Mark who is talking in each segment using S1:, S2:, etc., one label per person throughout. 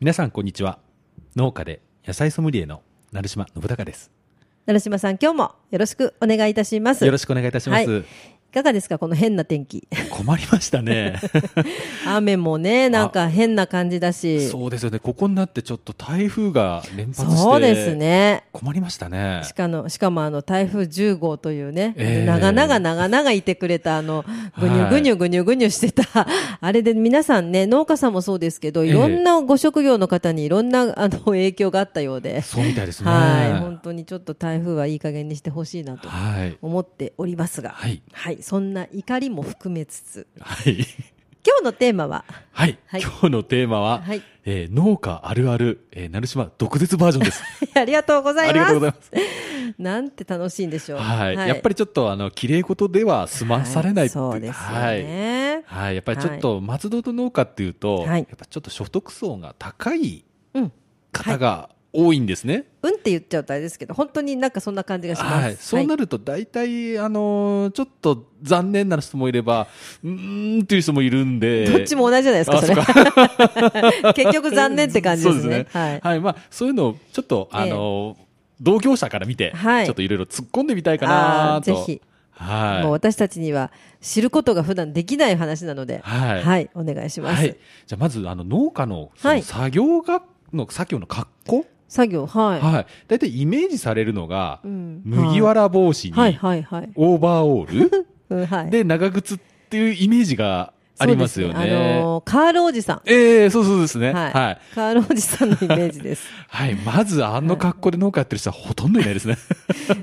S1: 皆さんこんにちは農家で野菜ソムリエの成島信孝です
S2: 成島さん、今日もよろしくお願いいたします。
S1: よろしくお願いいたします、
S2: はいかがですか、この変な天気。
S1: 困りまし たね
S2: 雨もね、なんか変な感じだし。
S1: そうですよねここになってちょっと台風が連発して
S2: そうですね。
S1: 困りましたね
S2: しかのしかもあの台風10号というね、
S1: ええ
S2: 長々長々いてくれたあのぐにゅ
S1: はい
S2: ぐにゅぐにゅぐにゅしてた、 あれで皆さんね農家さんもそうですけどいろんなご職業の方にいろんなあの影響があったようで、
S1: そうみたいですね
S2: はい本当にちょっと台風はいい加減にしてほしいなと
S1: はい
S2: 思っておりますが、
S1: はい
S2: はい、そんな怒りも含めつつ
S1: はい、
S2: 今日のテーマは
S1: はい
S2: はい
S1: 今日のテーマは、
S2: はい
S1: えー農家あるある、えー、成島毒舌バージョンです
S2: ありがとうござ
S1: あ
S2: い
S1: りが
S2: ま
S1: と
S2: す
S1: うございます
S2: なんて楽しいんでしょう。
S1: はい、やっぱ
S2: り
S1: りちょっとあの綺麗事では済まされないっていう
S2: そうですよ
S1: はい
S2: ね。
S1: はい、やっぱりちょっと松戸の農家っていうと、
S2: はい
S1: やっぱちょっと所得層が高い
S2: うん。
S1: 方が多いんですね。
S2: うんって言っちゃうとあれですけど、本当になんかそんな感じがします。
S1: はい、そうなると大体、あのーちょっと残念な人もいれば、うーんっていう人もいるんで。
S2: どっちも同じじゃないですか、
S1: あ
S2: それ。 結局残念って感じですね。
S1: そう
S2: はい。
S1: はい、まあ、そういうのをちょっと、あのー同業者から見て、
S2: はい
S1: ちょっといろいろ突っ込んでみたいかな
S2: あー
S1: と。
S2: ぜひ。
S1: はい。
S2: もう私たちには知ることが普段できない話なので、
S1: はい
S2: お願いしま
S1: は
S2: す。
S1: い。じゃあ、まず、あの、農家の、そ
S2: はい
S1: の作業が、の作業の格好
S2: 作業、はい。
S1: はい。大体イメージされるのが、
S2: うん
S1: 麦わら帽子に、
S2: はい、はい、はい。
S1: オーバーオール
S2: うんはい。
S1: で長靴っていうイメージがありますよね。
S2: そうですあのーカールおじさん。
S1: ええそうそうですね。
S2: はい。
S1: はい。
S2: カールおじさんのイメージ です。
S1: はい。まず、あの格好で農家やってる人はほとんどいないですね。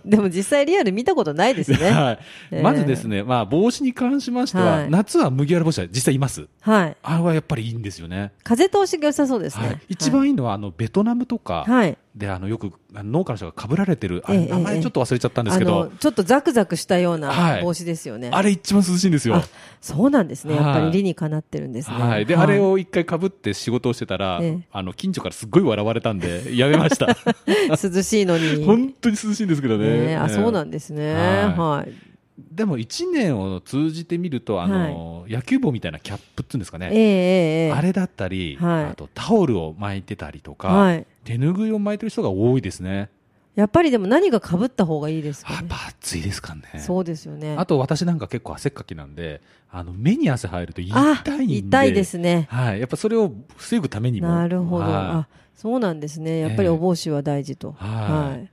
S2: でも実際リアル見たことない ですね。
S1: はい
S2: ええ
S1: まずですね、まあ、帽子に関しましては、
S2: はい
S1: 夏は麦わら帽子は実際います。
S2: はい。
S1: あれはやっぱりいいんですよね。
S2: 風通しが良さそうですね。
S1: はい。一番いいのは、あの、ベトナムとか、
S2: はい。
S1: で、あの、よく、あの農家の人が被られてる、あれ、
S2: ええ
S1: 名前ちょっと忘れちゃったんです
S2: あ
S1: け
S2: の
S1: ど、
S2: ちょっとザクザクしたよう
S1: は
S2: ない帽子ですよね。
S1: あれ一番涼しいんですよ
S2: あ。そうなんですね。やっぱ
S1: は
S2: り
S1: い
S2: 理にかなってるんですね。
S1: はい。で、あれ。を一回被って仕事をしてたら、
S2: ええ
S1: あの、近所からすっごい笑われたんで、 やめました。
S2: 涼しいのに。
S1: 本当に涼しいんですけどね。
S2: ねあ、そうなんんですね。は。
S1: はいでも1年を通じてみると、あの、野球帽みたいなキャップっていうんですか
S2: え
S1: ね。
S2: えええええ
S1: あれだったり、
S2: はい
S1: あとタオルを巻いてたりとか、
S2: はい。
S1: 手ぬぐいを巻いてる人が多いですね。
S2: やっぱりでも何が被った方がいいです
S1: や
S2: か
S1: っ
S2: ね。
S1: ぱ暑いですかね。
S2: そうですよね。
S1: あと私なんか結構汗っかきなんで、あの目に汗入ると痛
S2: あ
S1: いんで。
S2: 痛いで。すね。
S1: はい。やっぱそれを防ぐためにも。
S2: なるほど。
S1: は
S2: あ、そうなんですね。やっぱりお帽子は大事と。
S1: はい
S2: はい。
S1: い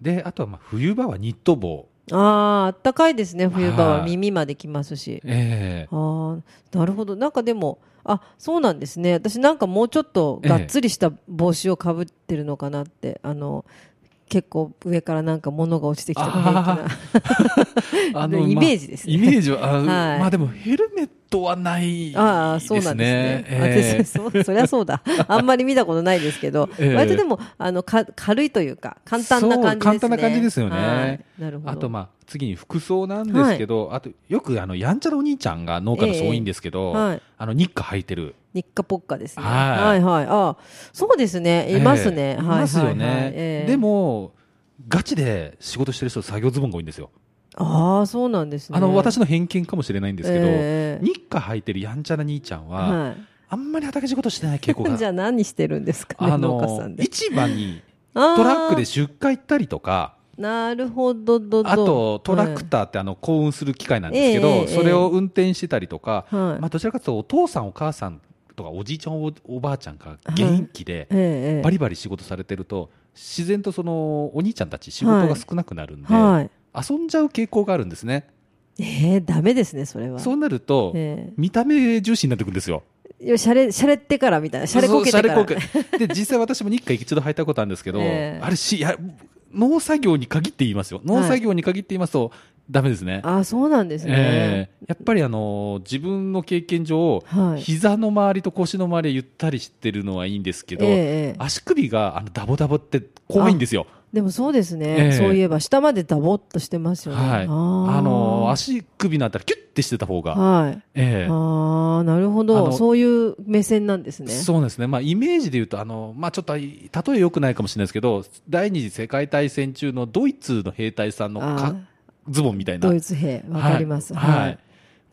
S1: で、あとはまあ冬場はニット帽。
S2: ああ、あったかいですね。冬場は
S1: はい
S2: 耳まできますし。
S1: ええ
S2: ああ、なるほど。なんかでも、あ、そうなんですね。私なんかもうちょっとがっつりした帽子をかぶってるのかなって、あの、結構上からなんか物が落ちてきたり平気な
S1: あまあ
S2: イメージですね
S1: イメージは、あ
S2: はい
S1: まあでもヘルメットはないですね。
S2: ああ、そうなんですね。
S1: ええ
S2: 私、そう、そりゃそうだ。あんまり見たことないですけど、
S1: ええ
S2: 割とでも、あの、か、軽いというか、簡単な感じですね。
S1: そう簡単な感じですよね
S2: はいなるほど。
S1: あとまあ次に服装なんですけど、あとよくあのやんちゃなお兄ちゃんが農家の人多いんですけど、
S2: はい。
S1: あのニッカ履いてる。
S2: 日課ポッカですね。は
S1: はいい
S2: はい。ああ、そうですね。いますね。
S1: ええ
S2: はい
S1: いますよ
S2: はいはい
S1: ね、
S2: ええ
S1: でもガチで仕事してる人作業ズボンが多いんですよ。
S2: ああ、そうなんですね。
S1: あの私の偏見かもしれないんですけど、
S2: ええ
S1: ニッカ履いてるやんちゃな兄ちゃんは、
S2: はい。
S1: あんまり畑仕事してない傾向 が
S2: じゃあ何してるんですかね、
S1: あ
S2: 農家さ
S1: の
S2: んで。
S1: 市場に
S2: ト
S1: トラックで出荷行ったりとか。
S2: なるほどどど
S1: あとトラクターってあの幸運する機械なんですけど、
S2: ええええ
S1: それを運転してたりとか、
S2: はい、はい
S1: まあ、どちらかというとお父さんお母さんとかおじいちゃんおおばあちゃんが元気で
S2: ええ
S1: バリバリ仕事されてると自然とそのお兄ちゃんたち仕事が少なくなるんで、
S2: はい
S1: 遊んじゃう傾向があるんですね
S2: ええダメですねそれは
S1: そうなると、
S2: え
S1: 見た目重視になってくるんですよ。
S2: えよしゃれしゃれってからみたいなしゃれこけてから
S1: そうシャレこけで、実際私も日韓一度履いたことあるんですけど、
S2: ええ
S1: あれし、いや、農作業に限って言いますよ。農作業に限って言いますと、ダメですね。
S2: ああ、そうなんですね。
S1: ええやっぱりあの自分の経験上、
S2: はい
S1: 膝の周りと腰の周りゆったりしてるのはいいんですけど、
S2: ええええ
S1: 足首があのダボダボって怖いんですよ。
S2: でもそうですね、
S1: ええ
S2: そういえば下までダボっとしてますよね。
S1: はい。あ
S2: あー
S1: の足首のあたりキュッてしてた方が、
S2: はい。
S1: ええ
S2: ああ、なるほ
S1: あ
S2: ど。
S1: の
S2: そういう目線なんですね。
S1: そうですね、まあ、イメージで言うと、あのまあ、ちょっと例えよくないかもしれないですけど、第二次世界大戦中のドイツの兵隊さんの
S2: あ
S1: か
S2: ー
S1: ズボンみたいな、
S2: ドイツ兵、わかります。
S1: はいはい
S2: るほど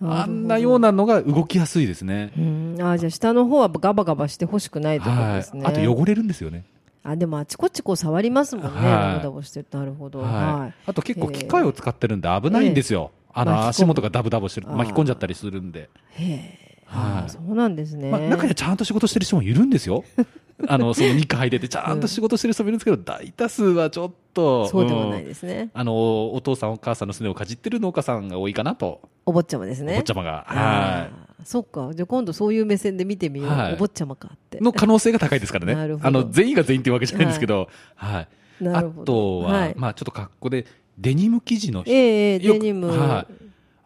S1: あんなようなのが動きやすいですね。
S2: うん、あーじゃあ下の方はガバガバしてほしくないってこと
S1: は
S2: ですね。
S1: い、あと汚れるんですよね、
S2: あでもあちこちこう触りますもんね。
S1: はい
S2: ダボダボしてるとなるほど。
S1: は、
S2: はい
S1: あと結構機械を使ってるんで危ないんですよ、あ
S2: 巻き込
S1: の
S2: む
S1: 足元がダブダブしてる
S2: あー
S1: 巻き込んじゃったりするんで、
S2: い。へえ。
S1: はい
S2: あーそうなんですね。
S1: まあ、中にはちゃんと仕事してる人もいるんで すよ、あのその肉入れて、ちゃんと仕事してる人もいるんですけど、大多数はちょっと、
S2: そうでもない
S1: うん
S2: ですね。
S1: あのお父さん、お母さんのすねをかじってる農家さんが多いかなと、
S2: お坊ちゃまです
S1: お坊
S2: ね
S1: ち。ゃまが、
S2: あ
S1: は
S2: ーそっか。じゃあ今度そういう目線で見てみよう。
S1: はい
S2: お坊ちゃまかって
S1: い、。の可能性が高いですからね、
S2: なるほど
S1: あの全員が全員というわけじゃないんですけど、はい
S2: な
S1: あ
S2: るほ
S1: と
S2: ど。
S1: は、
S2: はい。
S1: まあ、ちょっと格好で、デニム生地の、
S2: ええええ
S1: よ
S2: デ
S1: く
S2: ニム。
S1: はい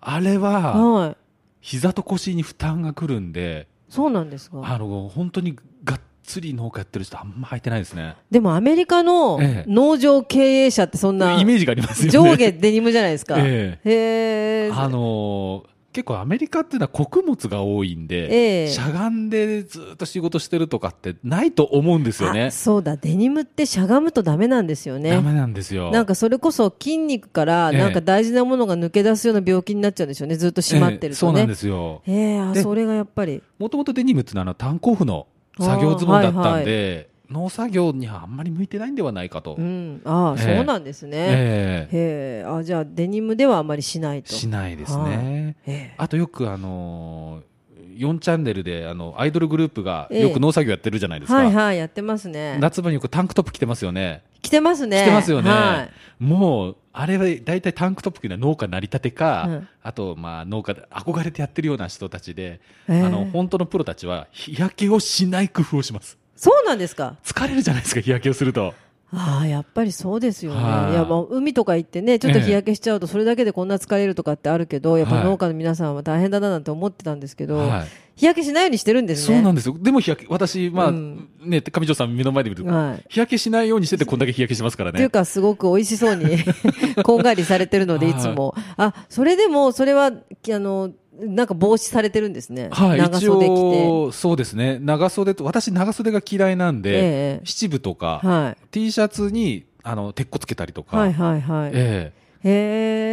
S1: あれは
S2: はい。
S1: 膝と腰に負担がくるんで、
S2: そうなんですか。
S1: あの本当にがっつり農家やってる人、あんま履いてないですね。
S2: でもアメリカの
S1: ええ
S2: 農場経営者ってそんな
S1: イメージがありますよね。
S2: 上下デニムじゃないですか。へ
S1: え
S2: え
S1: え。あのー結構アメリカっていうのは穀物が多いん
S2: え
S1: で、
S2: え
S1: しゃがんでずっと仕事してるとかってないと思うんですよ
S2: あ
S1: ね。
S2: そうだ、デニムってしゃがむとダメなんですよ
S1: ダ
S2: ね。
S1: メなんですよ。
S2: なんかそれこそ筋肉から
S1: ええ
S2: なんか大事なものが抜け出すような病気になっちゃうんですよね。ずっと締まって
S1: ええ
S2: る
S1: そ
S2: と
S1: うなん
S2: ね
S1: で。すよ。
S2: ええあ
S1: で
S2: それがやっぱり。
S1: もともとデニムっていうのはあの炭鉱夫の作業ズボンだったんで、
S2: あ
S1: 農作業にはあんまり向いてないんではないかと。
S2: うん。ああ、
S1: ええ
S2: そうなんですね。
S1: ええ
S2: へえあじゃあデニムではあまりしないと。
S1: しないですね。
S2: ええ
S1: あとよくあのー、4チャンネルであのアイドルグループが
S2: ええ
S1: よく農作業やってるじゃないですか。
S2: はいはい、やってますね。
S1: 夏場によくタンクトップ着てますよね。
S2: 着てますね。
S1: 着てますよね。
S2: はい
S1: もう、あれは大体タンクトップっていうのは農家なりたてか、
S2: うん
S1: あと、まあ、農家で憧れてやってるような人たちで、
S2: ええ
S1: あの、本当のプロたちは日焼けをしない工夫をします。
S2: そうなんですか。
S1: 疲れるじゃないですか、日焼けをすると。
S2: ああ、やっぱりそうですよね。い
S1: はい
S2: や、まあ、海とか行ってね、ちょっと日焼けしちゃうと、それだけでこんな疲れるとかってあるけど、やっぱ
S1: はい
S2: 農家の皆さんは大変だななんて思ってたんですけど、
S1: はい
S2: 日焼けしないようにしてるんです
S1: そ
S2: ね。
S1: うなんですよ。でも日焼け、私、まあ、
S2: うん
S1: ね、上条さん目の前で見ると、
S2: はい。
S1: 日焼けしないようにしててこんだけ日焼けしますから
S2: っていう
S1: ね。
S2: か、すごく美味しそうに、 こんがりされてるので、いつも。あ、それでも、それは、きあの、なんか防止されてるんですね。
S1: はい、
S2: 長
S1: 一
S2: 袖着て。
S1: 応、そうですね。長袖と、私長袖が嫌いなんで、
S2: え
S1: 七分とか、
S2: えはい。
S1: T シャツに、あの、鉄骨つけたりとか、
S2: はいはいはい。
S1: ええ
S2: へ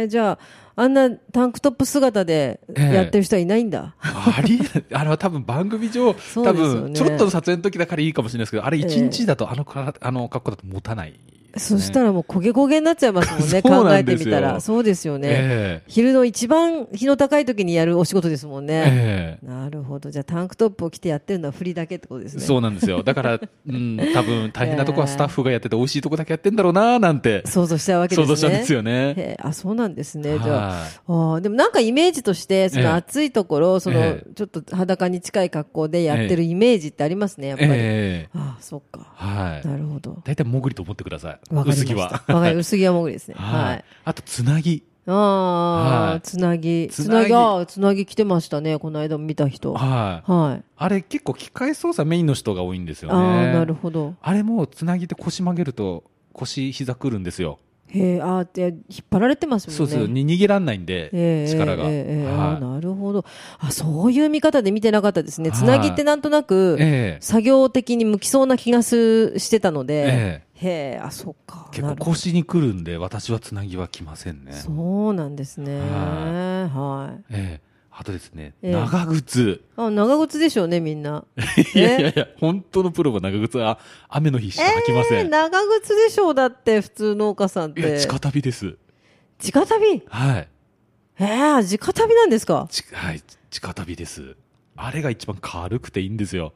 S2: え、じゃあ、あんなタンクトップ姿で
S1: ええ
S2: やってる人はいないんだ。
S1: あり えない。あれは多分番組上、
S2: そう
S1: 多
S2: ですよね
S1: 分、ちょろっとの撮影の時だからいいかもしれないですけど、あれ一日だと、あのか、あの格好だと持たない、
S2: そした
S1: ら、
S2: らもう焦げ焦げになっちゃいますもんね、
S1: そう
S2: 考
S1: な
S2: え
S1: んで
S2: て
S1: すよ
S2: みたら。そうですよね。
S1: ええ
S2: 昼の一番日の高い時にやるお仕事ですもんね。
S1: え
S2: なるほど。じゃあタンクトップを着てやってるのは振りだけってことです
S1: え
S2: ね。
S1: そうなんですよ。だから、うん、多分大変 なとこはスタッフがやってて、美味しいとこだけやってんだろうなーなんて、
S2: 想像しちゃうわけですね。
S1: 想像したんです
S2: よ。
S1: よね。
S2: あ、そうなんですね。じゃあ。
S1: はい
S2: あーでもなんかイメージとして、そ
S1: ええ
S2: の暑いところ、その
S1: ええ
S2: ちょっと裸に近い格好でやってるイメージってありますね、やっぱり。
S1: ええ
S2: ああ、そっか。
S1: はい。
S2: なるほど。
S1: 大体、もぐりと思ってください。
S2: わかりま
S1: 薄
S2: し
S1: 着
S2: た。
S1: は。
S2: わかり薄着はもぐりですね。は
S1: はいい。。あと、つなぎ。
S2: ああ、
S1: はい
S2: つなぎ。つ
S1: つ
S2: な
S1: なぎ
S2: ぎ、ああつなぎ来てましたね。この間も見た人。は
S1: はい。
S2: い。
S1: あれ、結構機械操作メインの人が多いんですよね。
S2: ああ、なるほど。
S1: あれもつなぎで腰曲げると腰膝くるんですよ。
S2: へえ、ああ、って引っ張られてますもんね。
S1: そうですよ。に逃げらんないんで、
S2: ええ
S1: 力が。
S2: ええええああ
S1: は
S2: なるほど。あ、そういう見方で見てなかったですね。
S1: はい
S2: つなぎってなんとないく、
S1: ええ
S2: 作業的に向きそうな気がすしてたので、
S1: ええ
S2: へえ、あ、そっか。
S1: 結
S2: な
S1: 構
S2: る
S1: 腰にくるんで、私はつなぎはきませんね。
S2: そうなんですね。
S1: は
S2: はい。
S1: ええあとですね、
S2: ええ
S1: 長靴。
S2: あ、長靴でしょうね、みんな。
S1: いやいやいや、本当のプロは長靴は雨の日しか履きませ
S2: え
S1: ん。
S2: 長靴でしょうだって、普通農家さんっ
S1: いや、
S2: て。
S1: 地下旅です。
S2: 直旅
S1: はい。
S2: ええー、直旅なんですか
S1: ちはい、地下旅です。あれが一番軽くていいんですよ。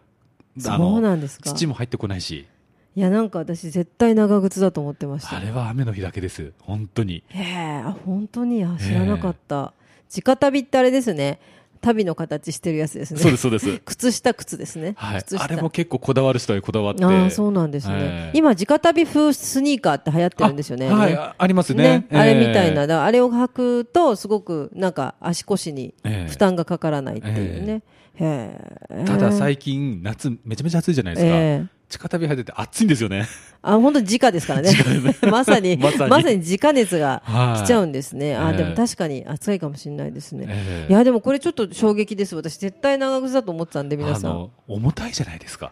S1: あ
S2: そう
S1: の、
S2: なんですか
S1: 土も入ってこないし、
S2: いや、なんか私絶対長靴だと思ってました。
S1: あ
S2: へ
S1: れは雨の日だけです。本当に。
S2: え、あ、本当に、あ、知らなかった。直旅ってあれですね。旅の形してるやつですね。
S1: そうです、そ うです。
S2: 靴下靴ですね。
S1: はい
S2: 靴。下。
S1: あれも結構こだわる人にこだわって。
S2: ああ、そうなんですね。
S1: ええ
S2: 今、直旅風スニーカーって流行ってるんですよね。
S1: あはい、
S2: ね
S1: あありますね。ええ
S2: あれみたいな、だからあれを履くと、すごくなんか足腰に負担がかからないっていうね。へえ
S1: ただ最近、夏、めちゃめちゃ暑いじゃないですか。
S2: ええ
S1: 地下旅入ってて暑いんですよね。
S2: あ本当に直ですからね、まさに、ま
S1: ま
S2: さ
S1: さ
S2: に
S1: に
S2: 直熱が来ちゃうんですね、
S1: はい
S2: あ
S1: ええ
S2: でも確かに暑いかもしれないですね、
S1: ええ
S2: いやでもこれちょっと衝撃です、私、絶対長靴だと思ってたんで、皆
S1: あ
S2: さん、
S1: の、重たいじゃないですか。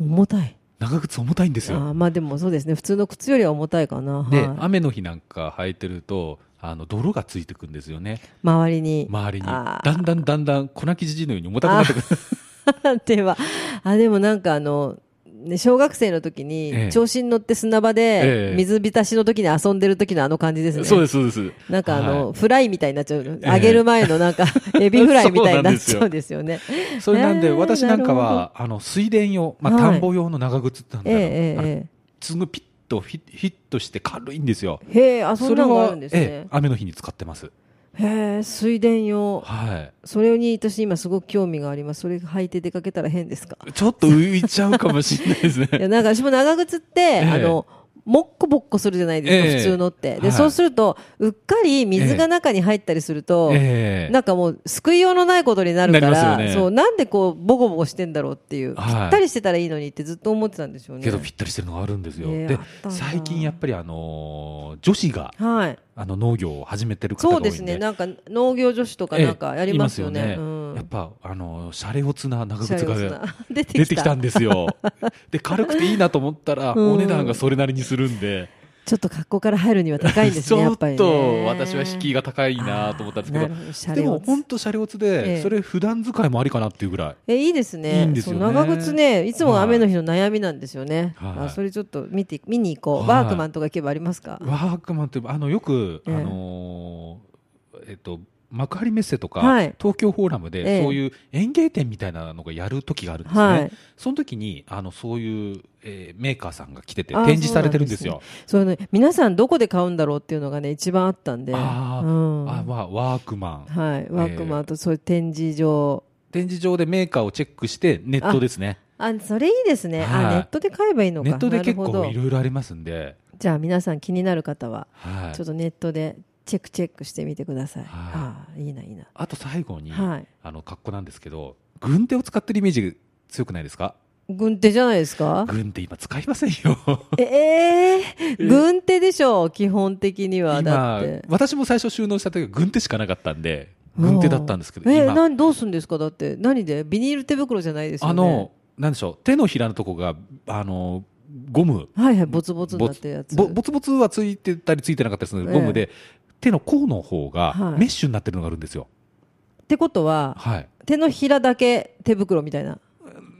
S2: 重たい、
S1: 長靴重たいんです
S2: あ
S1: よ。
S2: ーまあでもそうですね、普通の靴よりは重たいかな、
S1: で、
S2: はい
S1: 雨の日なんか履いてると、あの、泥がついてくんですよね。
S2: 周りに。
S1: 周りに。
S2: あ
S1: だ
S2: ー
S1: んだんだんだん粉木じじいのように重たくなってくる。
S2: ではあでもなんかあの、ね、小学生の時
S1: え
S2: に
S1: え
S2: 調子に乗って砂場
S1: え
S2: で
S1: え
S2: 水浸しの時に遊んでる時のあの感じですね。
S1: そうです、そうです。
S2: なんかあの、
S1: は
S2: フライみたいになっちゃうの。
S1: え
S2: 揚げる前の なんか、エビフライみたいになっちゃ
S1: そううん
S2: ですよね。
S1: いそれなん
S2: え
S1: で、
S2: ー
S1: 私なん
S2: な
S1: か
S2: る
S1: は、あの、水田用、まあ、
S2: はい
S1: 田んぼ用の長靴ってなん
S2: え
S1: だ
S2: え
S1: ろう。あ
S2: え
S1: の
S2: え
S1: すごいピッとフィッヒットして軽いんですよ。
S2: ええへえ、あ、そんなのがあるんです
S1: それはえ
S2: ね
S1: え。雨の日に使ってます。
S2: へえ、水田用。
S1: は
S2: それに私今すごく興味があります。それ履いて出かけたら変ですか
S1: い。ちょっと浮いちゃうかもしれないで すね。
S2: いや、なんか私も長靴って、
S1: え
S2: あの、もっこぼっこするじゃないですか、
S1: ええ
S2: 普通のって。で、
S1: はい
S2: そうすると、うっかり水が中に入ったりすると、
S1: ええ
S2: なんかもう救いようのないことになるか
S1: なります
S2: ら、
S1: よね
S2: そうなんでこうボコボコしてんだろうっていう、
S1: は
S2: ぴ
S1: い
S2: ったりしてたらいいのにってずっと思ってたんですよね。
S1: けどぴったりしてるのがあるんですよ。
S2: ねえ
S1: で
S2: あったんだ
S1: 最近やっぱりあのー女子が
S2: はい、
S1: あの農業を始めてる方が
S2: そう
S1: 多い
S2: ん
S1: で。
S2: ですね。なんか農業女子とかなんかやりますよね。
S1: ええいま
S2: う
S1: す
S2: ん、
S1: やっぱあのーシャレオツな長靴
S2: シャレオツ
S1: が
S2: な 出て
S1: 出
S2: き
S1: て
S2: た
S1: きたんですよ。で軽くていいなと思ったら
S2: うん
S1: お値段がそれなりにするんで、
S2: ちょっと格好から入るには高いんで
S1: ち
S2: すね。や
S1: ょ
S2: っ
S1: っ
S2: ぱり、ね、
S1: と私は敷居
S2: が
S1: が高いなと思ったんですけど。
S2: シャ
S1: で
S2: レ
S1: も
S2: オツ
S1: 本当シャレオツ
S2: ええ
S1: でそれ普段使いもありかなっていうぐらい。
S2: えいいですね
S1: いいんですよね
S2: そう長靴ねいつも雨の日の悩みなんですよね、
S1: はい
S2: あそれちょっと見て見に行こう、
S1: はい
S2: ワークマンとか行けばありますか
S1: ワークマンってあのよく、
S2: ええ
S1: あのーえっと幕張メッセとか、
S2: はい
S1: 東京フォーラムで、
S2: ええ
S1: そういう園芸店みたいなのがやる時があるんですね、
S2: はい
S1: その時にあのそういう、えーメーカーさんが来てて
S2: あー
S1: 展示されてるんですよ
S2: そういうの皆さんどこで買うんだろうっていうのがね一番あったんで、
S1: あー
S2: うん
S1: あ、まあ、ワークマン
S2: はい、ワークマンとそういう展示場、
S1: 展示場でメーカーをチェックしてネットですね
S2: あそれいいですね、あ
S1: はい
S2: ネットで買えばいいのか
S1: ネットで結
S2: なる
S1: 構
S2: ほ
S1: い
S2: ど
S1: ろいろありますんで、
S2: じゃあ皆さん気になる方は
S1: はい
S2: ちょっとネットでチェックチェックしてみてください、
S1: はい
S2: ああいいないいな、
S1: あと最後に、
S2: はい
S1: あの格好なんですけど軍手を使ってるイメージ強くないですか
S2: 軍手じゃないです か
S1: 軍手今使いませんよ
S2: ええ軍手でしょう基本的にはだっ
S1: 今
S2: て
S1: 私も最初収納した時は軍手しかなかったんで軍手だったんですけど
S2: うんえ
S1: 今
S2: 何どうするんですかだって何でビニール手袋じゃないですよね
S1: あのなんでしょう手のひらのとこがあのゴム
S2: はいはいボツボツになってるやつ
S1: ぼぼつぼつはついてたりついてなかったりするので
S2: ええ
S1: ゴムで手の甲の方
S2: は
S1: が
S2: い
S1: メッシュになってるのがあるんですよ
S2: ってことは
S1: はい
S2: 手のひらだけ手袋みたいな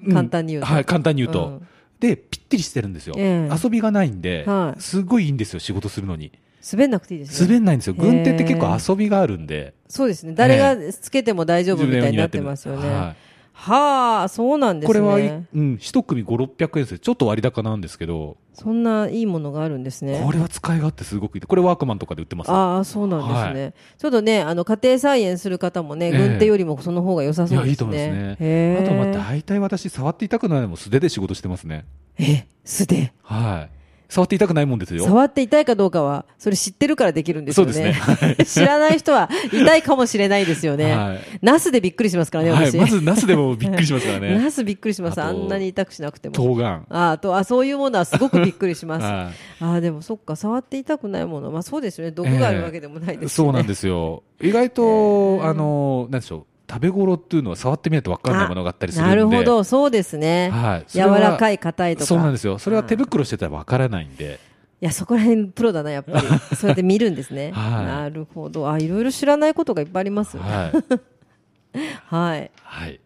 S1: うん
S2: 簡単に言うと
S1: はい簡単に言う
S2: う
S1: と
S2: ん
S1: でぴったりしてるんですよ
S2: ええ
S1: 遊びがないんで
S2: はい
S1: すごいいいんですよ仕事するのに
S2: 滑んなくていいですね
S1: 滑んないんですよ軍手って結
S2: へ
S1: 構
S2: え
S1: 遊びがあるんで
S2: そうですね誰がつけても大丈夫みたいになって
S1: る
S2: ますよね
S1: はい
S2: はあそうなんですね
S1: これは、うん、一組5、600円ですちょっと割高なんですけど、
S2: そんないいものがあるんですね
S1: これは使い勝手すごくいい。これワークマンとかで売ってます。
S2: ああそうなんですね、ちょっとねあの家庭菜園する方もね、
S1: ええ
S2: 軍手よりもその方が良さ
S1: い
S2: そう
S1: や、い
S2: で
S1: い
S2: す
S1: と思います
S2: ね
S1: ね。
S2: へえ
S1: あと、まあ、大体私、触っていたくないのも素手で仕事してますね。
S2: え素手
S1: はい。触っていたくないもんですよ。
S2: 触って痛いかどうかはそれ知ってるからできるんですよね
S1: そうですね は
S2: 知らない人は痛いかもしれないですよね、
S1: はい
S2: ナスでびっくりしますからね
S1: はい。
S2: 私、
S1: まず、ナスでもびっくりしますから ね。
S2: ナスびっくりしますあ
S1: あと
S2: んなに痛くしなくても
S1: 冬瓜。
S2: ああとあそういうものはすごくびっくりします、
S1: は
S2: ああでもそっか触って痛くないものまあそうですよね毒があるわけでもない
S1: い。
S2: です
S1: そ
S2: よ
S1: う
S2: ね、
S1: なんですよ。意外と、あの、なんでしょう。食べ頃っていうのは触ってみないと分かんないものがあったりするん
S2: な
S1: で。
S2: るほどそうですね、
S1: はい。そ
S2: 柔
S1: れは
S2: らかい硬いとか
S1: そうなんですよ。それは手袋してたら分からないんで。
S2: いや、そこら辺プロだな、やっ ぱり。そうやって見るんですね。
S1: はい
S2: なるほど。あ、いろいろ知らないことがいっぱいありますね。
S1: はい。
S2: はい。
S1: はい。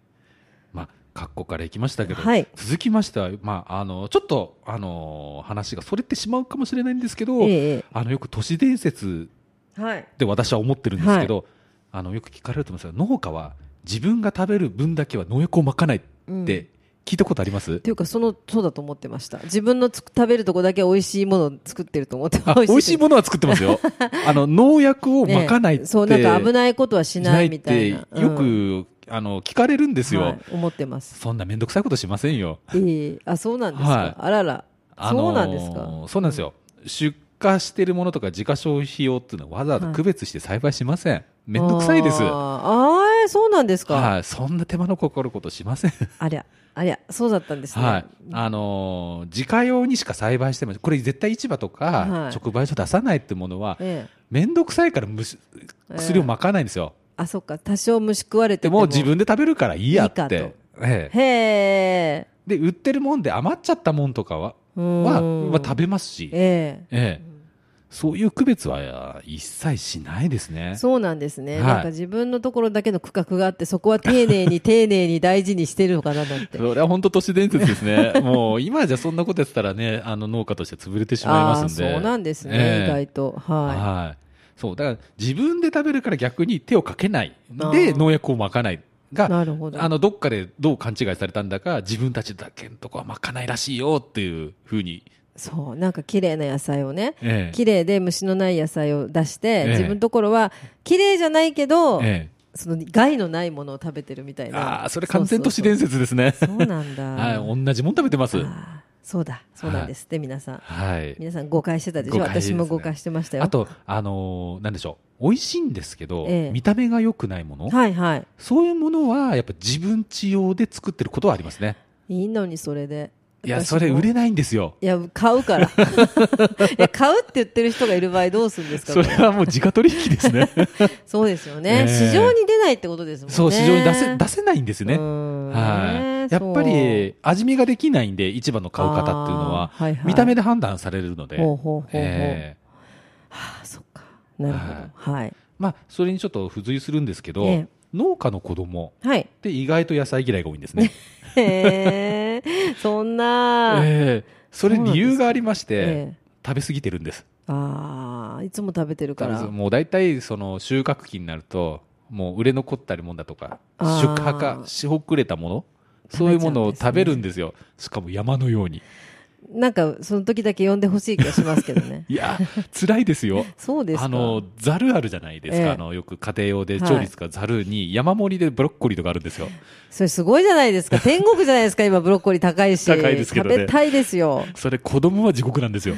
S1: まあ、格好からいきましたけど、
S2: はい
S1: 続きましては、まあ、あの、ちょっと、あの、話がそれてしまうかもしれないんですけど、
S2: ええ
S1: あの、よく都市伝説
S2: はい。
S1: って私は思ってるんですけど、あの、よく聞かれると思うんですが、農家は自分が食べる分だけは農薬をまかないっ
S2: うん
S1: て聞いたことあります、
S2: っていうか、その、そうだと思ってました。自分のつく食べるとこだけ美味しいものを作ってると思って、
S1: あ美味しいものは作ってます よ。あの、農薬を
S2: ね
S1: まかないって、
S2: そう、なんか危ないことはしないみたいな。
S1: しないってよ
S2: うん
S1: くあの聞かれるんですよ、
S2: はい思ってます。
S1: そんな面倒くさいことしませんよ
S2: ええあ、そうなんですか。
S1: はい
S2: あらら。
S1: あのー
S2: そうなんですか
S1: そうなんですよ、出荷してるものとか自家消費用っていうのはわざわざ区別して栽培しません、面倒くさいです
S2: あーあー、そうなんですか。
S1: はい、そんな手間のかかることしません、
S2: ありゃ、ありゃ、そうだったんですね。
S1: はいあのー自家用にしか栽培してもこれ絶対市場と
S2: は
S1: か
S2: い
S1: 直売所出さないってものは
S2: ええ
S1: 面倒くさいからむし薬をまかないんですよ、
S2: あ、そっか。多少虫食われてて
S1: で
S2: も。
S1: もう自。分で食べるからいいやって
S2: いいかと
S1: ええ、
S2: へえ。
S1: で売ってるもんで余っちゃったもんとかは
S2: う
S1: は
S2: ーん
S1: は食べますし、え
S2: ええ
S1: え、そういう区別はあ一切しないですね。
S2: そうなんですね、
S1: はい
S2: なんか自分のところだけの区画があってそこは丁寧に丁寧に大事にしてるのかななんて
S1: それは本当都市伝説ですね。 もう今じゃそんなことやってたらね、あの農家として潰れてしまい
S2: あ
S1: ま
S2: あ
S1: す
S2: ー
S1: んで。
S2: そうなんですね、
S1: ええ
S2: 意外と
S1: はい、
S2: は
S1: そう。だから自分で食べるから逆に手をかけない。
S2: あ
S1: で、
S2: ー
S1: 農薬をまかない。
S2: い
S1: が、
S2: なるほど
S1: あの、どっかでどう勘違いされたんだか、自分たちだけのとこはまかないらしいよっていうふうに。
S2: そうなんか綺麗な野菜をね
S1: ええ
S2: 綺麗で虫のない野菜を出して、
S1: ええ
S2: 自分のところは綺麗じゃないけど、
S1: え
S2: その害のないものを食べてるみたい
S1: え
S2: な
S1: ああ、それ完全都市伝
S2: 説
S1: 説ですね。
S2: そうそうなんだ
S1: はい。同じもん食べてます。
S2: あーそうだそうなんですって、皆さん
S1: はい。
S2: 皆さん誤解してたでしょ
S1: 誤解です
S2: 私
S1: ね
S2: も誤解してましたよ
S1: あと、あのーなんでしょう、美味しいんですけど、
S2: ええ
S1: 見た目が良くないもの、
S2: はいはい
S1: そういうものはやっぱ自分家用で作ってることはありますね。
S2: いいのにそれで
S1: いや、
S2: 私
S1: それ
S2: も
S1: 売れないんですよ。
S2: いや、買うから。い や、買うって言ってる人がいる場合どうするんですか
S1: それはもう自家取引で すね。
S2: そうですよね、
S1: ええ
S2: 市場に出ないってことですもんね。
S1: そう、市場に出せ、出せないんです
S2: す
S1: よね。はい。やっぱり、味見ができないんで、市場の買う方っていうのは、
S2: あーはいはい
S1: 見た目で判断されるので、
S2: ほうほうほうほう。
S1: ええ
S2: はあ、そっか。なるほど。はい。
S1: まあ、それにちょっと付随するんですけど、
S2: ええ
S1: 農家の子供
S2: はい。
S1: って意外と野菜嫌いが多いんで すね。
S2: へえ、 そんな。
S1: ええそれ
S2: そうなんですか
S1: 理由がありまして、
S2: ええ
S1: 食べ過ぎてるんです。
S2: ああ、いつも食べてるから。
S1: もう大体その収穫期になるともう売れ残ったりもんだとか出
S2: あー
S1: 荷かしほくれたものそういうものを食べるんですよしかも山のように
S2: なんか、その時だけ呼んでほしい気がしますけどね
S1: 。い や辛いですよ
S2: そうですか。
S1: あのざるあるじゃないですか、
S2: ええ
S1: あのよく家庭用で調理するざるに山盛りでブロッコリーとかあるんですよ
S2: それすごいじゃない ですか。天国じゃないですか。今、ブロッコリー高いし。
S1: 高いですけどね
S2: 食べたいですよ。
S1: それ子 供は地獄なんですよ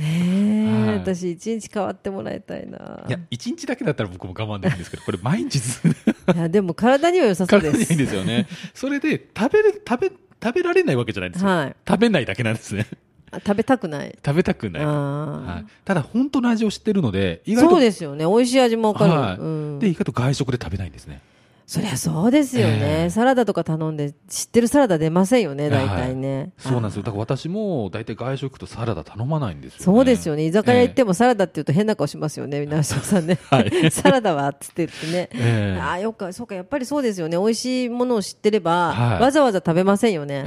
S2: へえ、
S1: はい
S2: 私一日変わってもらいたいない
S1: や1日だけだったら僕も我慢できるんですけ どこれ毎日ず
S2: いやでも体には良さそう
S1: 体
S2: で
S1: にいい
S2: す
S1: んですよねそれで食べる食べ食べられないわけじゃないんですよ、
S2: はい
S1: 食べないだけなんですね
S2: あ食べたくない
S1: 食べたくないは
S2: あ
S1: い、ただ本当の味を知ってるので意
S2: ー、
S1: 外と
S2: そうですよね美味しい味も分かる、
S1: はい
S2: うん、
S1: で意外と外食で食べないんですね
S2: そりゃそうですよね、
S1: ええ
S2: サラダとか頼んで知ってるサラダ出ませんよね大体ね、
S1: そうなんです
S2: よ
S1: よだから私も大体外食とサラダ頼まないんですよ、ね、
S2: そうですよね居酒屋行って
S1: も、
S2: もサラダって言うと変な顔しますよね皆さんさんね、
S1: は
S2: サラダはっつって言ってね、
S1: ええ
S2: ああよくそうかやっぱりそうですよね美味しいものを知ってれば、
S1: はい
S2: わざわざ食べませんよね
S1: はい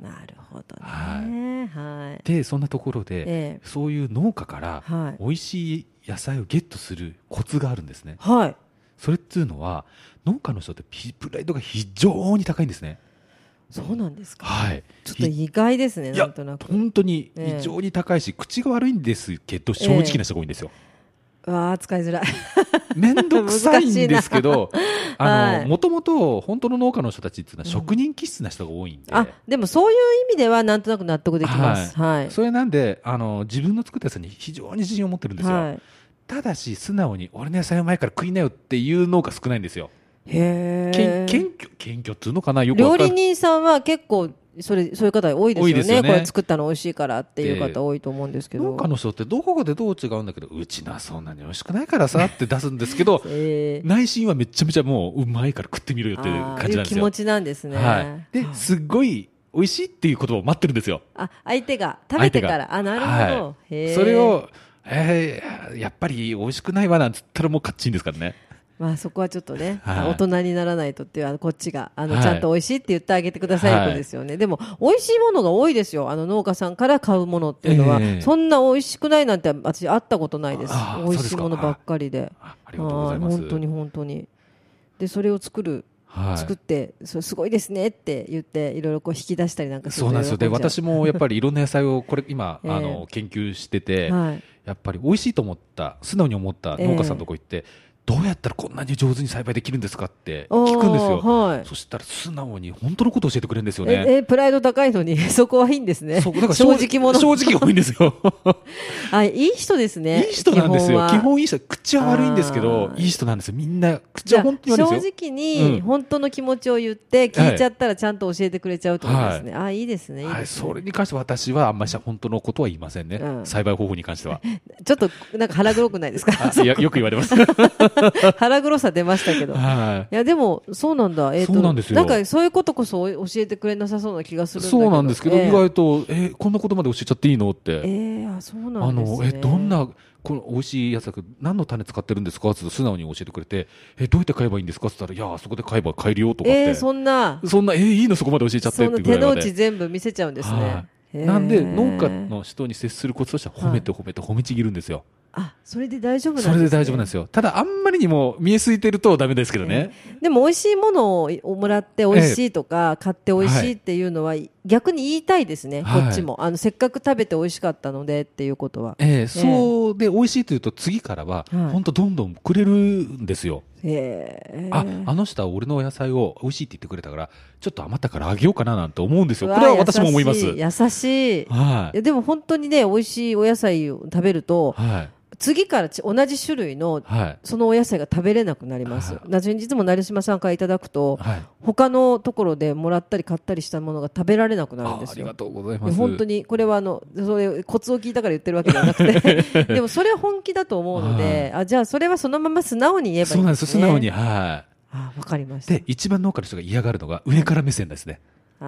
S2: なるほどねはい、
S1: でそんなところで、
S2: ええ
S1: そういう農家から
S2: はい
S1: 美味しい野菜をゲットするコツがあるんですね
S2: はい
S1: それっていうのは農家の人ってピプライドが非常に高いんですね
S2: そうなんですか。
S1: はい
S2: ちょっと意外ですね、
S1: い
S2: な
S1: や
S2: んとなく。
S1: 本当に
S2: ええ
S1: 非常に高いし、口が悪いんですけど正直な人が多いんですよ、
S2: わあ、使いづらい。
S1: 面倒くさいんですけど、あ
S2: は
S1: の、
S2: い
S1: もともと本当の農家の人たちっていうのは職人気質な人が多いんで、
S2: あ、でもそういう意味ではなんとなく納得できます。はい。
S1: それなんで、あの、自分の作った野菜に非常に自信を持ってるんですよ。
S2: はい。
S1: ただし、素直に、俺の野菜うまいから食いなよっていう農家少ないんですよ。
S2: へ
S1: けん
S2: え。
S1: 謙虚、謙虚っていうのかなよくわ
S2: 料
S1: か
S2: 理
S1: ん
S2: 人さんは結構、それ、そういう方多いですよ
S1: 多い
S2: ね。
S1: ですよね
S2: これ作ったの美味しいからっていう方多いと思うんですけ
S1: 農
S2: ど、
S1: 家。の人ってどこでどう違うんだけど、うちのはそんなに美味しくないからさって出すんですけど
S2: ええ。
S1: 内心はめちゃめちゃもううまいから食ってみろよっていう
S2: ああ
S1: 感じなん
S2: いう
S1: です
S2: 気
S1: よ
S2: 持。ちなんですね。
S1: はい。で、すっごい美味しいっていう言葉を待ってるんですよ。
S2: あ、相手が食べてか
S1: 相手
S2: ら。あ、なるほど
S1: は。
S2: へえ。
S1: それ。を、えー、やっぱり美味しくないわなんつったらもうカッチンですからね。
S2: まあそこはちょっとね、
S1: はい
S2: 大人にならないとっていうあのこっちがあの、
S1: はい
S2: ちゃんと美味しいって言ってあげてくださいってことですよね、でも美味しいものが多いですよあの農家さんから買うものっていうのは、
S1: ええ
S2: そんな美味しくないなんて私会ったことないです
S1: ああ
S2: 美味しいものばっかりで
S1: ああ
S2: あ
S1: りがとうございます。
S2: 本当に本当にでそれを作る
S1: はい、
S2: 作って、それすごいですねって言っていろいろこう引き出したりなんかする
S1: そうなんですよ。で、私
S2: も、
S1: もやっぱりいろんな野菜を、これ今、
S2: ええ
S1: あの、研究してて、
S2: はい、
S1: やっぱり美味しいと思った、素直に思った農家さんのとこ行って、どうやったらこんなに上手に栽培できるんですかって
S2: おー
S1: 聞くんですよ。
S2: はい
S1: そしたら素直に本当のことを教えてくれるんですよ
S2: え
S1: ね。
S2: えプライド高いのに そこはいいんですね
S1: そうだから
S2: 正直者
S1: 正直多いんですよ。
S2: あいい人です ね
S1: いい人なんですよ。基
S2: は
S1: 本いい人。口は悪いんですけど
S2: あ、ー
S1: いい人なんですよ。みんな、口
S2: じゃ
S1: は
S2: あ
S1: 本当に悪い
S2: 正
S1: んですよ。
S2: 直
S1: う
S2: に
S1: ん
S2: 本当の気持ちを言って聞いちゃったらちゃんと教えてくれちゃうってことですね、あいいですねいい
S1: はい、
S2: ですね
S1: それに関しては私はあんまり本当のことは言いませんね、
S2: うん
S1: 栽培方法に関し ては
S2: ちょっとなんか腹黒くないですか
S1: あ いやよく言われます、
S2: 腹黒さ出ましたけど
S1: はい
S2: やでもそうなんだ、えーと
S1: そうなんですよ
S2: なんかそういうことこそ教えてくれなさそうな気がする
S1: い、
S2: んだけど
S1: そうなんですけど、
S2: えー
S1: 意外とえーこんなことまで教えちゃっていいのって、
S2: えーあそうな
S1: あ
S2: んです、ね、
S1: のえどんなこの美味しいやつだけど何の種使ってるんですかって素直に教えてくれてえどうやって買えばいいんですかって言ったらいやあそこで買えば買えるよとかって、
S2: えー
S1: そ
S2: そんなん
S1: なえいいのそこまで教えちゃっ
S2: そ
S1: てって
S2: んな
S1: ぐら
S2: 手
S1: い
S2: の
S1: ま
S2: 内
S1: で。
S2: 全部見せちゃうんです
S1: は
S2: ね
S1: い
S2: へー
S1: なんで農家の人に接することとしては褒めて褒めて褒めちぎるんですよ、
S2: あそれで大丈夫なんです、
S1: そ
S2: ね、
S1: れで大丈夫なんですよただあんまりにも見えすいてるとダメですけどね、
S2: でも美味しいものをもらって美味しいとか、買って美味しいっていうのは逆に言いたいですね、
S1: はい
S2: こっちもあのせっかく食べて美味しかったのでっていうことは、
S1: ええそうで美味しいというと次からは
S2: はい
S1: 本当どんどんくれるんですよ、
S2: えー
S1: ああの人は俺のお野菜を美味しいって言ってくれたからちょっと余ったからあげようかななんて思うんです
S2: う
S1: よ
S2: わ
S1: これは私も思います
S2: 優しい優しい
S1: はい
S2: やでも本当にね美味しいお野菜を食べると
S1: いはい
S2: 次からち同じ種類の
S1: はい
S2: そのお野菜が食べれなくなります
S1: は
S2: な先日も成島さんからいただくと
S1: はい
S2: 他のところでもらったり買ったりしたものが食べられなくなるん
S1: あ
S2: で
S1: あ
S2: す
S1: り
S2: よ
S1: がとうござい
S2: い
S1: ま
S2: や
S1: す
S2: 本当にこれはあのそれコツを聞いたから言ってるわけじゃなく てでもそれは本気だと思うので、あじゃあそれはそのまま素直に言えばいい
S1: そうなんですよ素直に
S2: ね
S1: は
S2: あわかりまし
S1: い
S2: た
S1: で一番農家の人が嫌がるのが上から目線ですね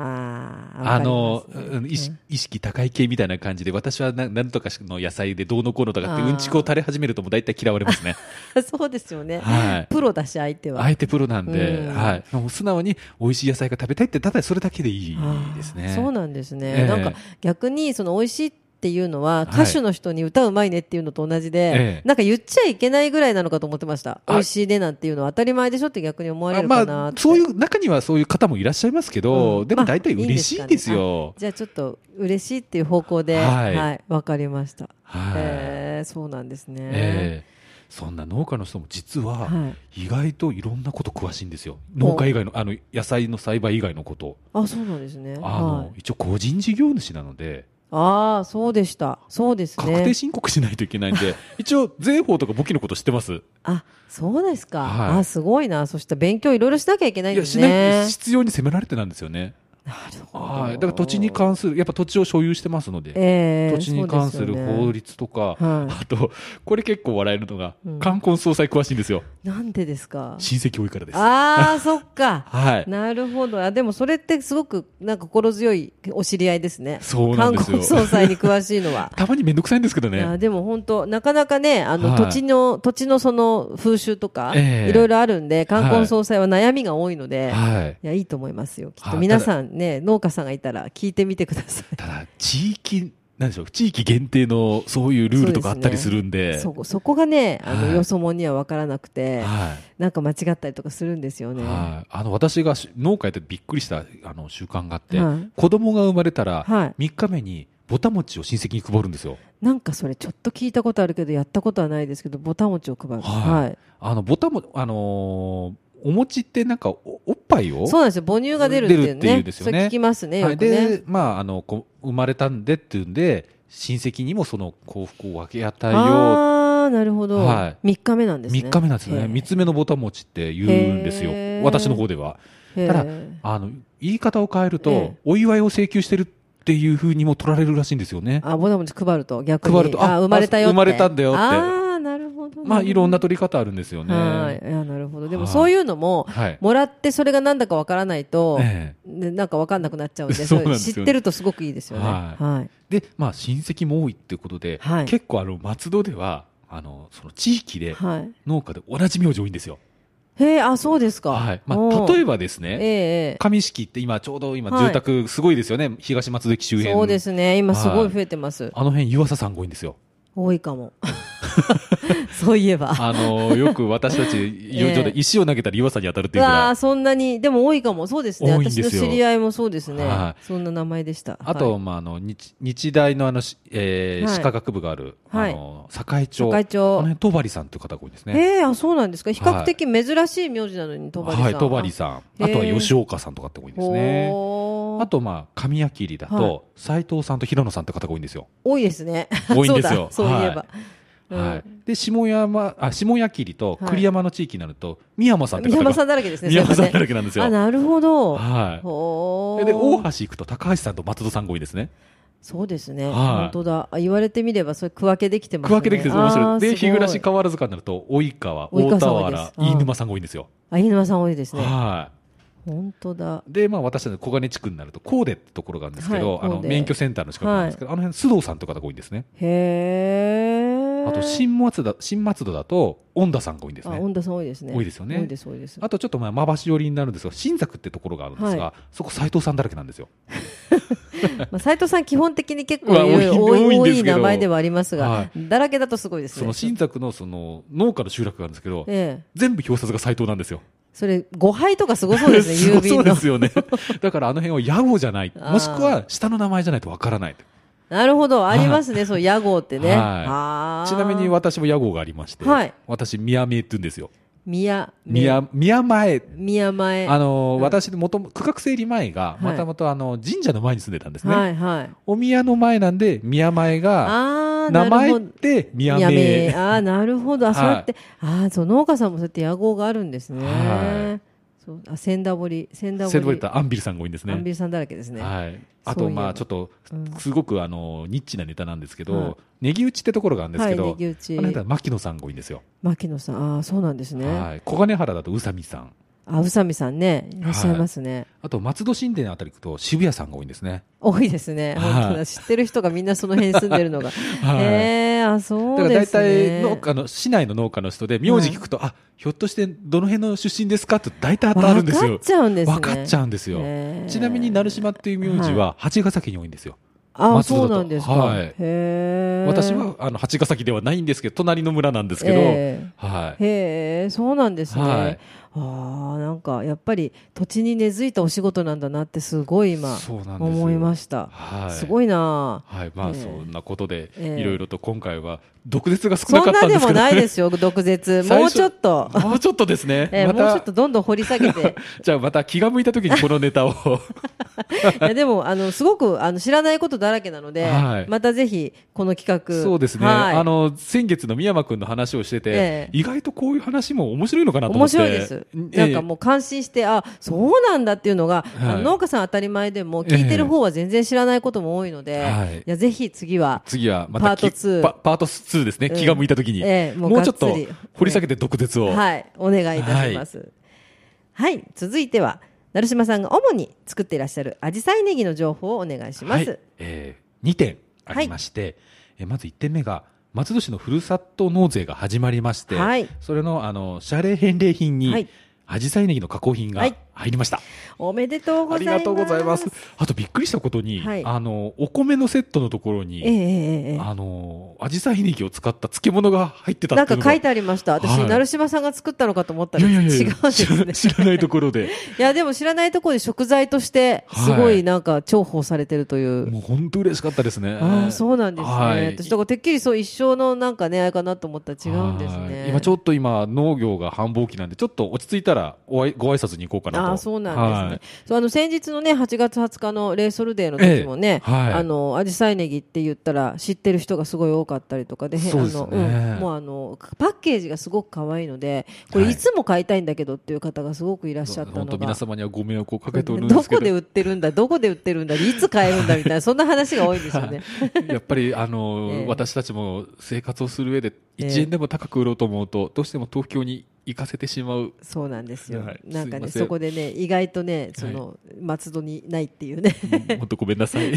S2: あー
S1: あの、
S2: わかります
S1: うん意識
S2: うん
S1: 意識高い系みたいな感じで私はななんとかの野菜でどうのこうのとかって
S2: あー
S1: うんちくを垂れ始めるともう大体嫌われますね
S2: そうですよね、
S1: はい
S2: プロだし相手は
S1: あえてプロなんで、
S2: うん
S1: はい、もう素直に美味しい野菜が食べたいって、ただそれだけでいいです
S2: あ
S1: ね。
S2: ーそうなんですね、
S1: ええ
S2: なんか逆にその美味しいっていうのは
S1: はい
S2: 歌手の人に歌うまいねっていうのと同じで、
S1: ええ
S2: なんか言っちゃいけないぐらいなのかと思ってました
S1: あ
S2: 美味しいねなんていうのは当たり前でしょって逆に思われ
S1: あ
S2: るかなって、
S1: まあ、そういう、中にはそういう方もいらっしゃいますけど、
S2: うん
S1: でも大
S2: まあ
S1: 体嬉しいですよ。
S2: じゃあちょっと嬉しいっていう方向で、は、
S1: はいい
S2: わ、かりました。
S1: はい
S2: えー、そうなんですね。
S1: ええそんな農家の人も実は、
S2: はい。
S1: 意外といろんなこと詳しいんですよ。農家以外の、あの、野菜の栽培以外のこと。
S2: あ、そうなんですね。
S1: あ
S2: は
S1: の
S2: い、、
S1: 一応個人事業主なので、
S2: ああ、そうでした。そうですね。
S1: 確定申告しないといけないん で、一応、税法とか簿記のこと知ってます
S2: あ、そうですか。
S1: はい
S2: あ、すごいな。そしたら勉強いろいろしなきゃいけないん
S1: いや、
S2: です
S1: しない、
S2: ね。
S1: 必要に責められてなんですよね。
S2: なるほど。
S1: はい、だから土地に関する、やっぱ土地を所有してますので、
S2: ええ
S1: 土地に関する
S2: そう
S1: 法
S2: ですよね
S1: 律とか、
S2: はい
S1: あと、これ結構笑えるのが
S2: うん、
S1: 冠婚葬祭詳しいんですよ。
S2: なんでですか。
S1: 親戚多いからです。
S2: ああ、そっか。
S1: はい。
S2: なるほど。あ、でもそれってすごくなんか心強いお知り合いですね。
S1: そうな
S2: 韓
S1: んですよ
S2: 国。総裁に詳しいのは。
S1: たまにめんどくさいんですけど
S2: いや
S1: ね。
S2: でも本当なかなかねあの、
S1: はい
S2: 土地の土地のその風習とか、
S1: ええ
S2: いろいろあるんで冠婚葬祭は悩みが多いので、い、
S1: はい。
S2: やいいと思いますよきっ
S1: は
S2: と
S1: い
S2: 皆さんね農家さんがいたら聞いてみてください。
S1: ただ、地域、なんでしょう、地域限定のそういうルールとかあったりするんで、
S2: そこそこがねあの、
S1: はい
S2: よそ者には分からなくて
S1: はい。
S2: なんか間違ったりとかするんですよね。
S1: はい、あの私がし農家やってびっくりしたあの習慣があって、
S2: はい
S1: 子供が生まれたら、
S2: はい
S1: 3日目にぼた餅を親戚に配るんですよ。
S2: なんかそれちょっと聞いたことあるけどやったことはないですけどボタン持ちを配る、
S1: はい
S2: はい
S1: あの、ボタンも、あのーお餅ってなんかお、おっぱいを
S2: そうなんですよ母乳が出るっていうね
S1: 出るっていうんですよね
S2: それ聞きますねよ
S1: はい、
S2: くね。
S1: で、まあ、あの、こう生まれたんでっていうんで、親戚にもその幸福を分け与えよ
S2: ああなるほど、
S1: はい
S2: 3日目なん
S1: う。
S2: ですね
S1: 3日目なんです
S2: へ
S1: ね。
S2: ー
S1: 三つ目のぼた餅って言うんですよ
S2: へー。
S1: 私の方では。ただ
S2: へー
S1: あの、言い方を変える
S2: え
S1: と
S2: え、
S1: お祝いを請求してるっていうふうにも取られるらしいんですよね。
S2: あ、ボタン持ち配ると、逆に。
S1: 配ると
S2: あ、
S1: あ
S2: 生まれたよって。
S1: あ生まれたんだよって
S2: ああ、なるほど。
S1: まあ、いろんな
S2: と
S1: 取り方あるんですよね。
S2: は。
S1: はい
S2: いや、なるほど。でも、
S1: はい
S2: そういうのも、
S1: い。
S2: もらってそれがなんだかわからないと、
S1: ええ
S2: ねなんかわかんなくなっちゃうんで、
S1: そうなんですよ
S2: そ
S1: ね
S2: れ知ってるとすごくいいですよね。は。
S1: はいいで、まあ、親戚も多いっていうことで、
S2: はい
S1: 結構、あの、松戸では、あの、その地域で、
S2: はい。
S1: 農家で同じ名字多いんですよ。
S2: へえ、あ、そうですか。
S1: はい。ま
S2: お
S1: あ、
S2: う
S1: 例えばです
S2: え
S1: ね、
S2: ええ
S1: 上敷って今ちょうど今
S2: はい
S1: 住宅すごいですよね、東松戸駅周
S2: え
S1: 辺
S2: そうですね。今すごい増えてます。
S1: あの辺湯浅さんが多いんですよ
S2: 多いかも。 そういえば。
S1: あのよく 私たち、友情で石を投げたら岩さんに当たるっていうぐ
S2: わ
S1: ら
S2: あ
S1: い。
S2: そんなに、でも多いかも。そうですね。
S1: 多いんです
S2: 私
S1: よ
S2: の知り合いもそうですね
S1: は。い
S2: そんな名前でした。
S1: あ
S2: は
S1: と、
S2: い、
S1: まあ、あの日日大のあの、しえー
S2: はい
S1: 歯科学部がある、
S2: はい
S1: あの堺町、
S2: 堺町
S1: あの辺、戸張さんという方が多いですね。
S2: ええあ、そうなんですか。比較的珍しい名字なのに、戸張さん。
S1: はい、戸張さん、
S2: あ
S1: あとは
S2: へー
S1: 吉岡さんとかって多いんですね。
S2: ほー
S1: あと、まあ、神谷切だ
S2: はい
S1: と、斎藤さんと平野さんって方が多いんですよ。
S2: 多いですね。
S1: 多いんですよ
S2: そうだそういえば
S1: は。はい、で下山あ下谷切と栗山の地域になると、宮間さんって
S2: 宮
S1: 方
S2: 山
S1: が
S2: さんだらけですね。
S1: 宮間
S2: そう
S1: さ
S2: い
S1: ん
S2: えば
S1: だ
S2: ね
S1: らけなんです
S2: あ、
S1: よ。
S2: なるほど。
S1: はい
S2: ほー
S1: で大橋行くと高橋さんと松戸さんが多いですね。
S2: そうですね。
S1: はい
S2: 本当だ。あ言われてみれば、それ区分けできてます
S1: 区
S2: ね。
S1: 分けできてて面白
S2: あー
S1: い。で日暮ら
S2: す
S1: し
S2: ごい
S1: 河原塚になると及川
S2: 及
S1: 大
S2: 川さ
S1: 田
S2: ん多いです
S1: 原
S2: あー
S1: 飯沼さんが多いんですよ。
S2: あ、飯沼さん多いですね。
S1: はい。
S2: 本当だ。
S1: で、まあ、私たちの小金地区になると、コーデってところがあるんですけど、
S2: はい
S1: あの
S2: 神戸
S1: 免許センターの近くなんですけど、あの辺、須藤さんとかが多いんですね。
S2: へえ。
S1: あと新松戸、新松戸だと、恩田さんが多いんです
S2: あ、
S1: ね。
S2: 温田さん多いですね。
S1: 多いですよね
S2: 多いです、多いです。
S1: あとちょっとまあまばし寄りになるんですが、新作ってところがあるんですが、
S2: は
S1: そこ、斎藤さんだらけなんですよ。
S2: まあ、斉藤さん基本的に結構
S1: うわ多
S2: い
S1: い
S2: ろいろ多い
S1: 多いん
S2: 多
S1: です
S2: い
S1: けど
S2: 名前ではありますが、
S1: は
S2: だらけだとすごいですね。
S1: その新作のその農家の集落があるんですけど、
S2: ええ。
S1: 全部表札が斎藤なんですよ。
S2: それ、誤配とかすごそうですね、
S1: そう
S2: 郵便
S1: そう
S2: の。
S1: ですよね。だからあの辺は屋号じゃない、
S2: あー
S1: もしくは下の名前じゃないとわからない。
S2: なるほど、ありますね、そう、屋号ってね。
S1: はい
S2: あー
S1: ちなみに、私も屋号がありまして、
S2: はい
S1: 私、宮名って言うんですよ。
S2: 宮、
S1: 宮、宮前。
S2: 宮前。
S1: あのー、
S2: うん
S1: 私、もとも、区画整理前が
S2: は、い
S1: もともとあの、神社の前に住んでたんですね。
S2: はいはい。
S1: お宮の前なんで、宮前が、
S2: ああ、
S1: 名
S2: なる
S1: 前っ
S2: ほど。
S1: て宮
S2: や
S1: 名
S2: め。ああ、なるほど。あ、
S1: はい
S2: そうやって、ああ、そう、農家さんもそうやって屋号があるんですね。
S1: は
S2: そう、あ、千田堀、千田堀。
S1: セドリタ、アンビルさんが多いんです
S2: アンビ
S1: ね。
S2: ルさんだらけですね。
S1: はい。
S2: そ
S1: あ
S2: う
S1: と、
S2: いえば
S1: まあ、ちょっと
S2: うん、
S1: すごく、あの、ニッチなネタなんですけ
S2: はい
S1: ど、ネギ打ちってところがあるんですけ
S2: はい、
S1: ど、
S2: ネギ
S1: あの
S2: 打
S1: 辺は
S2: ち。
S1: 牧野さんが多いんですよ。
S2: 牧野さん、ああ、そうなんですね。
S1: はい、小金原だと宇佐美さん、
S2: あ、宇佐美さんね、いらっしゃいますね。
S1: あと松戸神殿のあたり行くと渋谷さんが多いんですね。
S2: 多いですね。
S1: はい
S2: 本当だ。知ってる人がみんなその辺住んでるのが。
S1: はい
S2: へえ、あ、そう
S1: だから
S2: で
S1: 大
S2: すね。
S1: 体農家の、市内の農家の人で名字聞くと、あひょっとしてどの辺の出身ですかって大体当たるんです
S2: わ
S1: よ
S2: かっ。ちゃうんですね。
S1: 分かっちゃうんですよ。
S2: へえ
S1: ちなみに成島っていう名字は八ヶ崎に多いんですよ。
S2: あ、
S1: 松戸だ
S2: そ
S1: と
S2: うなんですか。
S1: はい
S2: へえ。
S1: 私はあの八ヶ崎ではないんですけど隣の村なんですけど、
S2: え
S1: はい。
S2: へえ、そうなんですね。
S1: はい
S2: ああ、なんかやっぱり土地に根付いたお仕事なんだなってすごい今
S1: そうなんですよ
S2: 思いました。
S1: はい。
S2: すごいなあ。
S1: はい、ま
S2: え
S1: あ
S2: え
S1: そんなことで、
S2: ええ
S1: いろいろと今回は毒舌が少な
S2: そ
S1: か
S2: ん
S1: った
S2: なん
S1: で
S2: ですも
S1: けど、ね、
S2: ない ですよ、毒舌。
S1: 最
S2: もう
S1: 初
S2: ちょっ と。。
S1: もうちょっとですね
S2: えー
S1: ま
S2: もう
S1: た
S2: ちょっとどんどん掘り下げて。
S1: じゃあまた気が向いた時にこのネタを
S2: いやでも、あの、すごく、あの、知らないことだらけなので、
S1: はい
S2: またぜひ、この企画。
S1: そうですね、
S2: はい
S1: あの先月の宮間君の話をしてて、
S2: ええ
S1: 意外とこういう話も面白いのかなと思
S2: 面
S1: って
S2: 白いです。
S1: ええ
S2: なんかもう感心して、あ、そうなんだっていうのが、
S1: はい
S2: あの農家さん当たり前でも、聞いてる方は全然知らないことも多いので、
S1: はい
S2: いやぜひ次は、
S1: 次はまたき
S2: パート2
S1: パパート2ですね、
S2: うん
S1: 気が向いた時に、
S2: ええも
S1: も
S2: う
S1: うちょっ
S2: がっ
S1: と
S2: つり
S1: 掘り下げて毒舌を、
S2: はい、お願いいたします。はい、続いては、成島さんが主に作っていらっしゃる、アジサイネギの情報をお願いします。
S1: はいえー2点ありまして、えーまず1点目が松戸市のふるさと納税が始まりまして、
S2: はい
S1: それのあの謝礼返礼品
S2: はい
S1: に紫陽花ネギの加工品が
S2: はい
S1: 入りました、
S2: おめでとうご
S1: あ
S2: ざいます。
S1: りがとうございます。あとびっくりしたことに、
S2: はい
S1: あのお米のセットのところに、
S2: ええええええ
S1: あのアジサイネギを使った漬物が入ってた
S2: な
S1: っ
S2: ん
S1: て
S2: か
S1: いうのが
S2: 書いてありました。私、
S1: はい
S2: 成島さんが作ったのかと思った
S1: い
S2: ら
S1: やい
S2: 違
S1: や
S2: うん
S1: いや
S2: です
S1: 知らな
S2: ね。
S1: 知らないとこ ろで
S2: いや、でも知らないところで食材として、すご
S1: はいい
S2: なんか重宝されてるという。
S1: もう本当嬉しかったですね
S2: ああ、そうなんですね。
S1: はい
S2: 私、だからてっきりそう一生のなんかね、あれかなと思ったら違うんです
S1: は
S2: ね。
S1: い今ちょっと今農業が繁忙期なんでちょっと落ち着いたらおあいご挨拶に行こうかな
S2: あ
S1: と
S2: あそうなんですね、そうあの先日のね8月20日のレイソルデーの時もね、
S1: ええはい
S2: あのアジサイネギって言ったら知ってる人がすごい多かったりとかでへ
S1: そうですね
S2: あのうんもうあのパッケージがすごく可愛いのでこれ
S1: はい
S2: いつも買いたいんだけどっていう方がすごくいらっしゃったのが、
S1: 本当皆様にはご迷惑をかけておるんで
S2: ど
S1: すけ
S2: こ
S1: ど
S2: で売ってるんだ、どこで売ってるんだ、いつ買えるんだみたいな、そんな話が多いんですよね。
S1: やっぱりあ の、
S2: ええ
S1: 私たちも生活をする上で
S2: ええ
S1: 1円でも高く売ろうと思うと、どうしても東京に行かせてしま う
S2: そうなんですよ、
S1: はい
S2: なんかね
S1: すいません
S2: そこでね意外とねその、松戸にないっていうね
S1: 本当ごめんなさ い、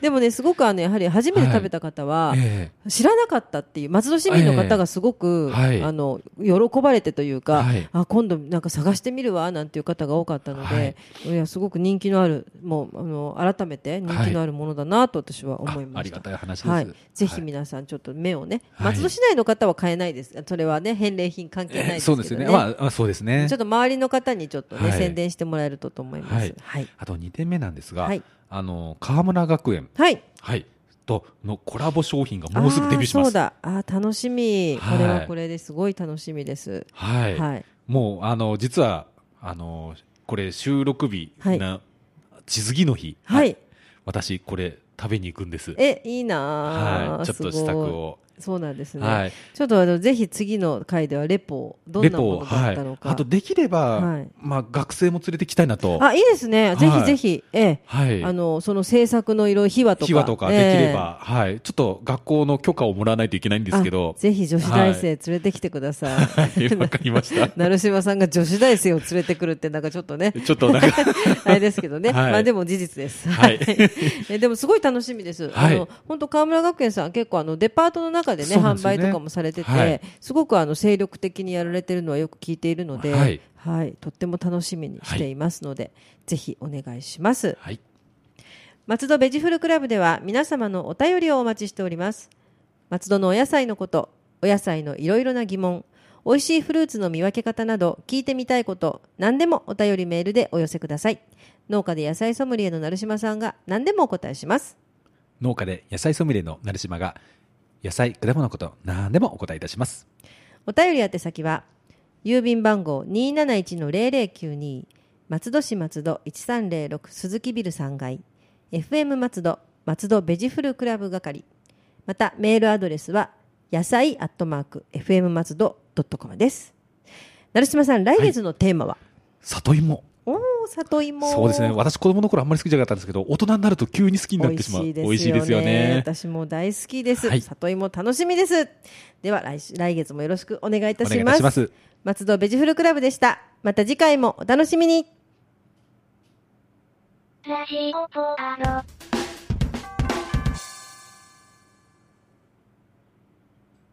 S2: でもねすごくあのやはり初めて食べた方は、
S1: え
S2: 知らなかったっていう松戸市民の方がすごく、
S1: ええはい
S2: あの喜ばれてというか、
S1: はい
S2: あ今度なんか探してみるわなんていう方が多かったので、
S1: はい
S2: い、やすごく人気のあるもうあの改めて人気のあるものだなと私は思いました。
S1: あありがたい話です
S2: はい、ぜひ
S1: はい
S2: 皆さんちょっと目をね、
S1: はい
S2: 松戸市内の方は買えないです。それはね返礼品関係ない
S1: え
S2: ですけど
S1: そう
S2: ね。
S1: ですよね、まあ、あそうですね
S2: ちょっと周りの方にちょっとね、
S1: はい
S2: 宣伝してもらえるとと思います。
S1: は
S2: はいい。はい。
S1: あと2点目なんですが、
S2: はい
S1: あの川村学園、はい、とのコラボ商品がもうすぐデビューし
S2: あ
S1: ま
S2: そう
S1: す。
S2: だ。あー楽しみ。
S1: はい
S2: これはこれですごい楽しみです。
S1: はい、
S2: はい。
S1: もうあの実はあのこれ収録日な、
S2: はい
S1: 地図ぎの日、
S2: はい。
S1: 私これ食べに行くんです。
S2: え、いいなあ、
S1: はい、ちょっと支
S2: す
S1: 度
S2: ごい
S1: を、
S2: そうなんですね。
S1: はい、
S2: ちょっとあの、ぜひ次の回ではレポを、どん
S1: レ
S2: な
S1: ポ
S2: も
S1: を
S2: の
S1: は
S2: だっ
S1: い
S2: たの、か。
S1: あとできれば、
S2: はい
S1: まあ学生も連れてきたいなと、
S2: あ、いいですね。ぜ
S1: はい
S2: ひぜひ、ええ。
S1: はい、
S2: あの、その制作の色、秘話とか。
S1: 秘話とかで
S2: え
S1: き
S2: え
S1: れば、はい、ちょっと学校の許可をもらわないといけないんですけど
S2: あ、ぜひ女子大生連れてきてください。
S1: はい わかりました。
S2: 成島さんが女子大生を連れてくるって、なんかちょっとね、
S1: ちょっとなんか、
S2: あれですけどね、
S1: はい
S2: まあでも事実です。
S1: はい
S2: えでもすごい楽しみです。
S1: はい
S2: あの本当川村学園さん結構あのデパートの中でね
S1: そうなん
S2: 販
S1: ですよね
S2: 売とかもされてて、
S1: はい
S2: すごくあの精力的にやられてるのはよく聞いているので、
S1: は
S2: はいい、とっても楽しみにしていますので、ぜひお願いします。
S1: はい、
S2: 松戸ベジフルクラブでは皆様のお便りをお待ちしております松戸のお野菜のことお野菜のいろいろな疑問美味しいフルーツの見分け方など聞いてみたいこと何でもお便りメールでお寄せください農家で野菜ソムリエの成島さんが何でもお答えします
S1: 農家で野菜ソムリエの成島が野菜果物のこと何でもお答えいたします
S2: お便り宛先は郵便番号271-0092松戸市松戸1306鈴木ビル3階 FM 松戸松戸ベジフルクラブ係またメールアドレスは野菜アットマーク FM 松戸ドットコムです成島さん来月のテーマは、
S1: 里芋
S2: おお里芋
S1: そうですね私子供の頃あんまり好きじゃなかったんですけど大人になると急に好きになってしまう
S2: 美味しいですよね私も大好きです、
S1: はい
S2: 里芋楽しみですでは来し来月もよろしくお願いいた
S1: お願いいたします
S2: 松戸ベジフルクラブでしたまた次回もお楽しみに
S3: ラジオポアド。